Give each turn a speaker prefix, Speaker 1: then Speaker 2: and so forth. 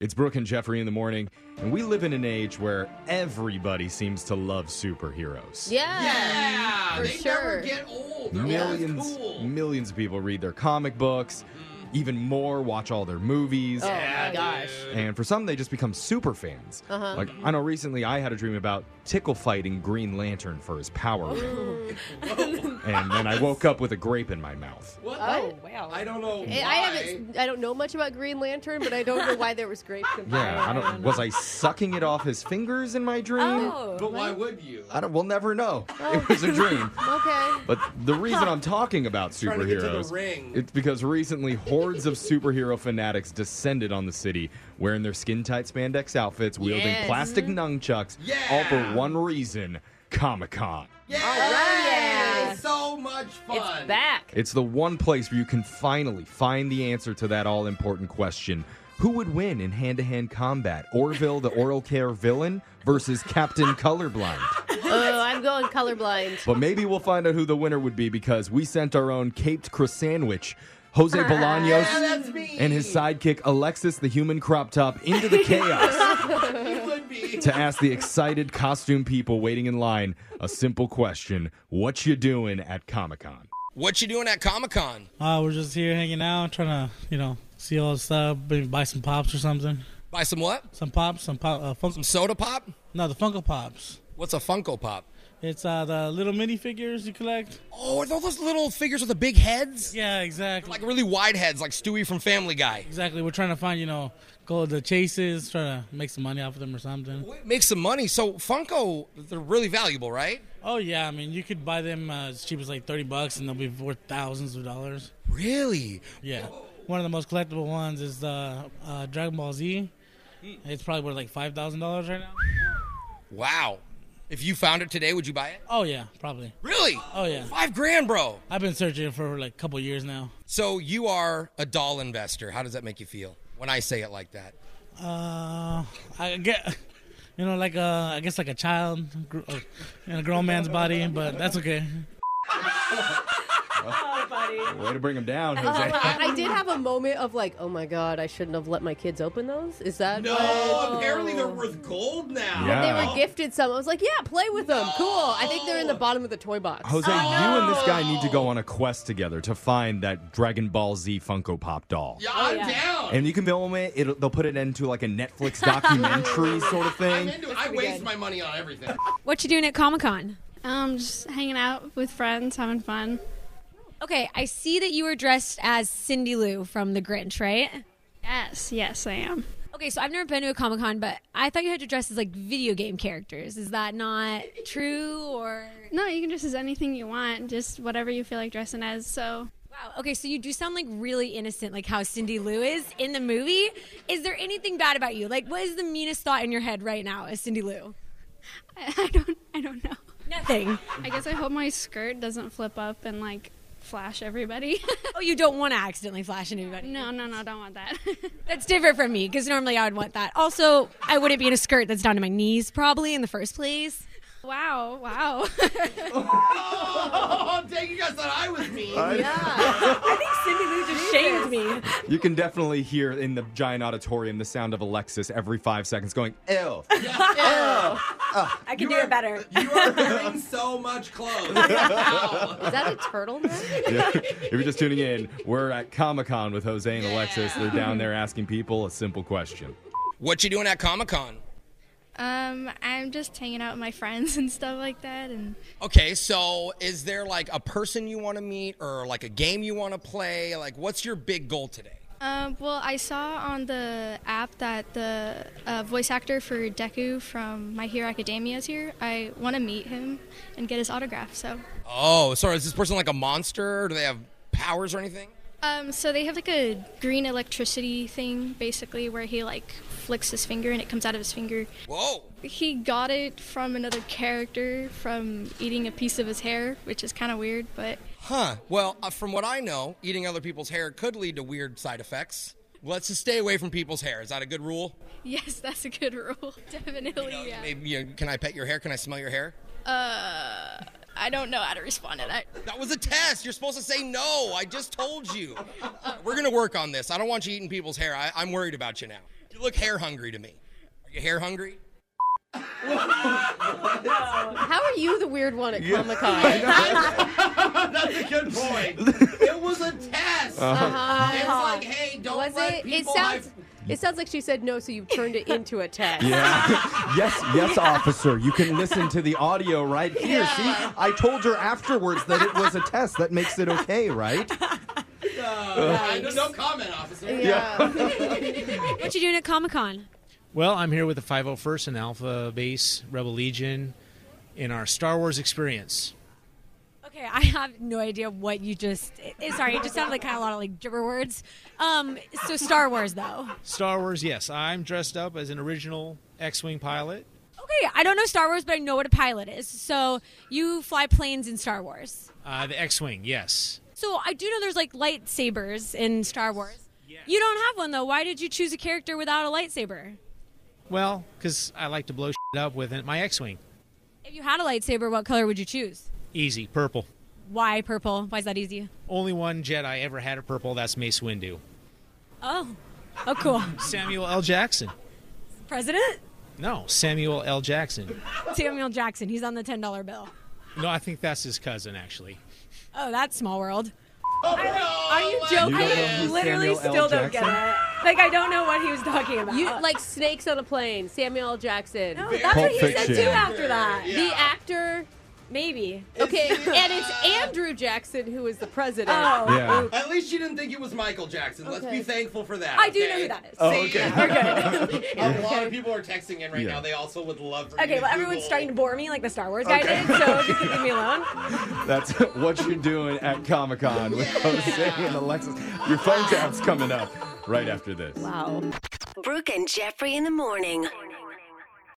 Speaker 1: It's Brooke and Jeffrey in the morning, and we live in an age where everybody seems to love superheroes.
Speaker 2: Yeah.
Speaker 3: Yeah,
Speaker 2: For
Speaker 3: they
Speaker 2: sure.
Speaker 3: never get old. They're
Speaker 1: Millions,
Speaker 3: always cool.
Speaker 1: millions of people read their comic books, even more watch all their movies.
Speaker 2: Oh
Speaker 3: Yeah,
Speaker 2: my gosh.
Speaker 3: dude.
Speaker 1: And for some, they just become super fans.
Speaker 2: Uh-huh.
Speaker 1: Like, I know recently I had a dream about tickle fighting Green Lantern for his power ring. and then I woke up with a grape in my mouth.
Speaker 3: What?
Speaker 2: Oh,
Speaker 4: wow.
Speaker 3: I don't know.
Speaker 2: I
Speaker 3: why.
Speaker 2: I haven't. I don't know much about Green Lantern, but I don't know why there was grapes. In
Speaker 1: Yeah, I
Speaker 2: Ah.
Speaker 1: don't. Was I sucking it off his fingers in my dream?
Speaker 2: Oh.
Speaker 3: But why would you?
Speaker 1: I don't. We'll never know. It was a dream.
Speaker 2: Okay.
Speaker 1: But the reason I'm talking about superheroes,
Speaker 3: Trying to get to the ring.
Speaker 1: it's because recently hordes of superhero fanatics descended on the city, wearing their skin-tight spandex outfits, wielding
Speaker 2: Yes.
Speaker 1: plastic nunchucks,
Speaker 3: Mm-hmm. Yeah.
Speaker 1: all for one reason: Comic Con.
Speaker 3: Yeah.
Speaker 2: Oh, yeah.
Speaker 3: So much fun.
Speaker 4: It's back.
Speaker 1: It's the one place where you can finally find the answer to that all-important question. Who would win in hand-to-hand combat? Orville, the oral care villain, versus Captain Colorblind?
Speaker 2: Oh, I'm going colorblind.
Speaker 1: But maybe we'll find out who the winner would be because we sent our own caped croissandwich, Jose Bolaños,
Speaker 3: Yeah, that's me.
Speaker 1: and his sidekick Alexis the human crop top into the chaos
Speaker 3: You would be.
Speaker 1: to ask the excited costume people waiting in line a simple question: What you doing at Comic Con?
Speaker 5: What you doing at Comic Con?
Speaker 6: Uh, we're just here hanging out, trying to, you know, see all the stuff, maybe buy some pops or something.
Speaker 5: Buy some what?
Speaker 6: Some pops, some pop, uh,
Speaker 5: Some
Speaker 6: Funko.
Speaker 5: soda pop?
Speaker 6: No, the Funko Pops.
Speaker 5: What's a Funko Pop?
Speaker 6: It's uh, the little minifigures you collect.
Speaker 5: Oh, are those those little figures with the big heads?
Speaker 6: Yeah, exactly.
Speaker 5: Like really wide heads, like Stewie from Family Guy.
Speaker 6: exactly. We're trying to find, you know, go the chases, trying to make some money off of them or something.
Speaker 5: Make some money. So Funko, they're really valuable, right?
Speaker 6: Oh yeah, I mean, you could buy them uh, as cheap as like thirty bucks, and they'll be worth thousands of dollars.
Speaker 5: Really?
Speaker 6: Yeah. One of the most collectible ones is the uh, Dragon Ball Z. It's probably worth like five thousand dollars right now.
Speaker 5: Wow. If you found it today, would you buy it?
Speaker 6: Oh yeah, probably.
Speaker 5: Really?
Speaker 6: Oh yeah.
Speaker 5: Five grand, bro.
Speaker 6: I've been searching for like a couple years now.
Speaker 5: So you are a doll investor. How does that make you feel when I say it like that?
Speaker 6: Uh, I get, you know, like a, I guess like a child gr- uh, in a grown man's body, but that's okay.
Speaker 1: Way to bring him down, Jose.
Speaker 2: I did have a moment of like, oh my god, I shouldn't have let my kids open those. Is that?
Speaker 3: No,
Speaker 2: what-
Speaker 3: Oh, apparently they're worth gold now.
Speaker 1: Yeah.
Speaker 2: They were gifted some. I was like, yeah, play with them. Cool. I think they're in the bottom of the toy box.
Speaker 1: Jose,
Speaker 2: Oh.
Speaker 1: you and this guy need to go on a quest together to find that Dragon Ball Z Funko Pop doll.
Speaker 3: Yeah, I'm down.
Speaker 1: And you can film it. It'll, they'll put it into like a Netflix documentary sort
Speaker 3: I'm
Speaker 1: of thing.
Speaker 3: into it. I waste my money on everything. Oh,
Speaker 7: What you doing at Comic Con? Um, just hanging out with friends, having fun.
Speaker 8: Okay, I see that you were dressed as Cindy Lou from The Grinch, right?
Speaker 7: Yes, yes, I am.
Speaker 8: Okay, so I've never been to a Comic Con, but I thought you had to dress as like video game characters. Is that not true or
Speaker 7: No, you can dress as anything you want, just whatever you feel like dressing as. So,
Speaker 8: Wow. Okay, so you do sound like really innocent like how Cindy Lou is in the movie. Is there anything bad about you? Like what is the meanest thought in your head right now as Cindy Lou?
Speaker 7: I, I don't, I don't know.
Speaker 8: Nothing.
Speaker 7: I guess I hope my skirt doesn't flip up and like flash everybody.
Speaker 8: oh, you don't want to accidentally flash anybody.
Speaker 7: no, no, no, don't want that.
Speaker 8: That's different from me because normally I would want that. Also, I wouldn't be in a skirt that's down to my knees probably in the first place.
Speaker 7: wow, wow.
Speaker 3: Oh, taking us that I was mean.
Speaker 8: Shamed me.
Speaker 1: You can definitely hear in the giant auditorium the sound of Alexis every five seconds going, ew.
Speaker 4: I can do it better.
Speaker 3: you are wearing so much clothes. Wow.
Speaker 2: Is that a turtle? Man?
Speaker 1: if you're just tuning in, we're at Comic Con with Jose and Alexis. They're down there asking people a simple question.
Speaker 5: What you doing at Comic Con?
Speaker 7: um, I'm just hanging out with my friends and stuff like that, and
Speaker 5: Okay, so is there like a person you want to meet or like a game you want to play? Like, what's your big goal today?
Speaker 7: Um, well, I saw on the app that the uh, voice actor for Deku from My Hero Academia is here. I want to meet him and get his autograph. So,
Speaker 5: Oh, so is this person like a monster? Do they have powers or anything?
Speaker 7: um, so they have like a green electricity thing, basically, where he like flicks his finger and it comes out of his finger.
Speaker 5: Whoa.
Speaker 7: He got it from another character from eating a piece of his hair, which is kind of weird, but
Speaker 5: Huh. Well, uh, from what I know, eating other people's hair could lead to weird side effects. Let's just stay away from people's hair. Is that a good rule?
Speaker 7: yes, that's a good rule,
Speaker 2: Oh,
Speaker 7: definitely. yeah.
Speaker 5: Maybe, you know, can I pet your hair? Can I smell your hair?
Speaker 7: Uh, I don't know how to respond to that.
Speaker 5: That was a test. You're supposed to say no. I just told you. We're going to work on this. I don't want you eating people's hair. I, I'm worried about you now. You look hair hungry to me. Are you hair hungry?
Speaker 2: How are you the weird one at
Speaker 1: Yeah.
Speaker 2: Comic Con?
Speaker 3: That's a good point. It was a test. It was like, hey, don't
Speaker 2: Uh-huh. Was
Speaker 3: let
Speaker 2: it? It
Speaker 3: people.
Speaker 2: sounds. It sounds like she said no, so you turned it into a test.
Speaker 1: Yeah. yes, yes, officer. You can listen to the audio right here. See, I told her afterwards that it was a test. That makes it okay, right?
Speaker 3: I, no, no comment, officer.
Speaker 8: What you doing at Comic Con?
Speaker 9: Well, I'm here with the 501st and Alpha Base Rebel Legion in our Star Wars experience.
Speaker 8: Okay, I have no idea what you just. eh, Sorry, it just sounded like kind of a lot of like gibber words. Um, so Star Wars though.
Speaker 9: Star Wars, yes, I'm dressed up as an original X-wing pilot.
Speaker 8: Okay, I don't know Star Wars, but I know what a pilot is. So you fly planes in Star Wars.
Speaker 9: Uh, the X-wing, yes.
Speaker 8: So I do know there's like lightsabers in Star Wars. You don't have one though. Why did you choose a character without a lightsaber?
Speaker 9: Well, because I like to blow shit up with it. my X-wing.
Speaker 8: If you had a lightsaber, what color would you choose?
Speaker 9: Easy, purple.
Speaker 8: Why purple? Why is that easy?
Speaker 9: Only one Jedi ever had a purple. That's Mace Windu.
Speaker 8: Oh, oh, cool.
Speaker 9: Samuel L. Jackson.
Speaker 8: President
Speaker 9: No, Samuel L. Jackson.
Speaker 8: Samuel Jackson. He's on the ten dollar bill.
Speaker 9: No, I think that's his cousin, actually.
Speaker 8: Oh, that's small world.
Speaker 4: Are you joking?
Speaker 1: You don't know
Speaker 4: I
Speaker 1: who
Speaker 4: literally
Speaker 1: Samuel L.
Speaker 4: still don't get
Speaker 1: Jackson-
Speaker 4: it. Like I don't know what he was talking about.
Speaker 2: You like snakes on a plane, Samuel L. Jackson.
Speaker 4: Uh, No, that's
Speaker 1: Pulp
Speaker 4: what he said
Speaker 1: Fiction.
Speaker 4: too after that.
Speaker 2: The actor.
Speaker 4: Maybe.
Speaker 2: Okay, and it's Andrew Jackson who is the president.
Speaker 4: Oh.
Speaker 1: Yeah.
Speaker 3: At least she didn't think it was Michael Jackson. Let's
Speaker 2: Okay.
Speaker 3: be thankful for that.
Speaker 4: I do
Speaker 3: okay?
Speaker 4: know who that is.
Speaker 1: Oh,
Speaker 3: See,
Speaker 1: okay.
Speaker 3: A lot of people are texting in right
Speaker 1: Yeah.
Speaker 3: now. They also would love for you
Speaker 4: Okay,
Speaker 3: to
Speaker 4: well, everyone's
Speaker 3: Google-
Speaker 4: starting to bore me like the Star Wars guy
Speaker 1: Okay.
Speaker 4: did, so just leave me alone.
Speaker 1: That's what you're doing at Comic Con with Jose and Alexis. Your phone tap's coming up right after this.
Speaker 2: Wow.
Speaker 10: Brooke and Jeffrey in the morning.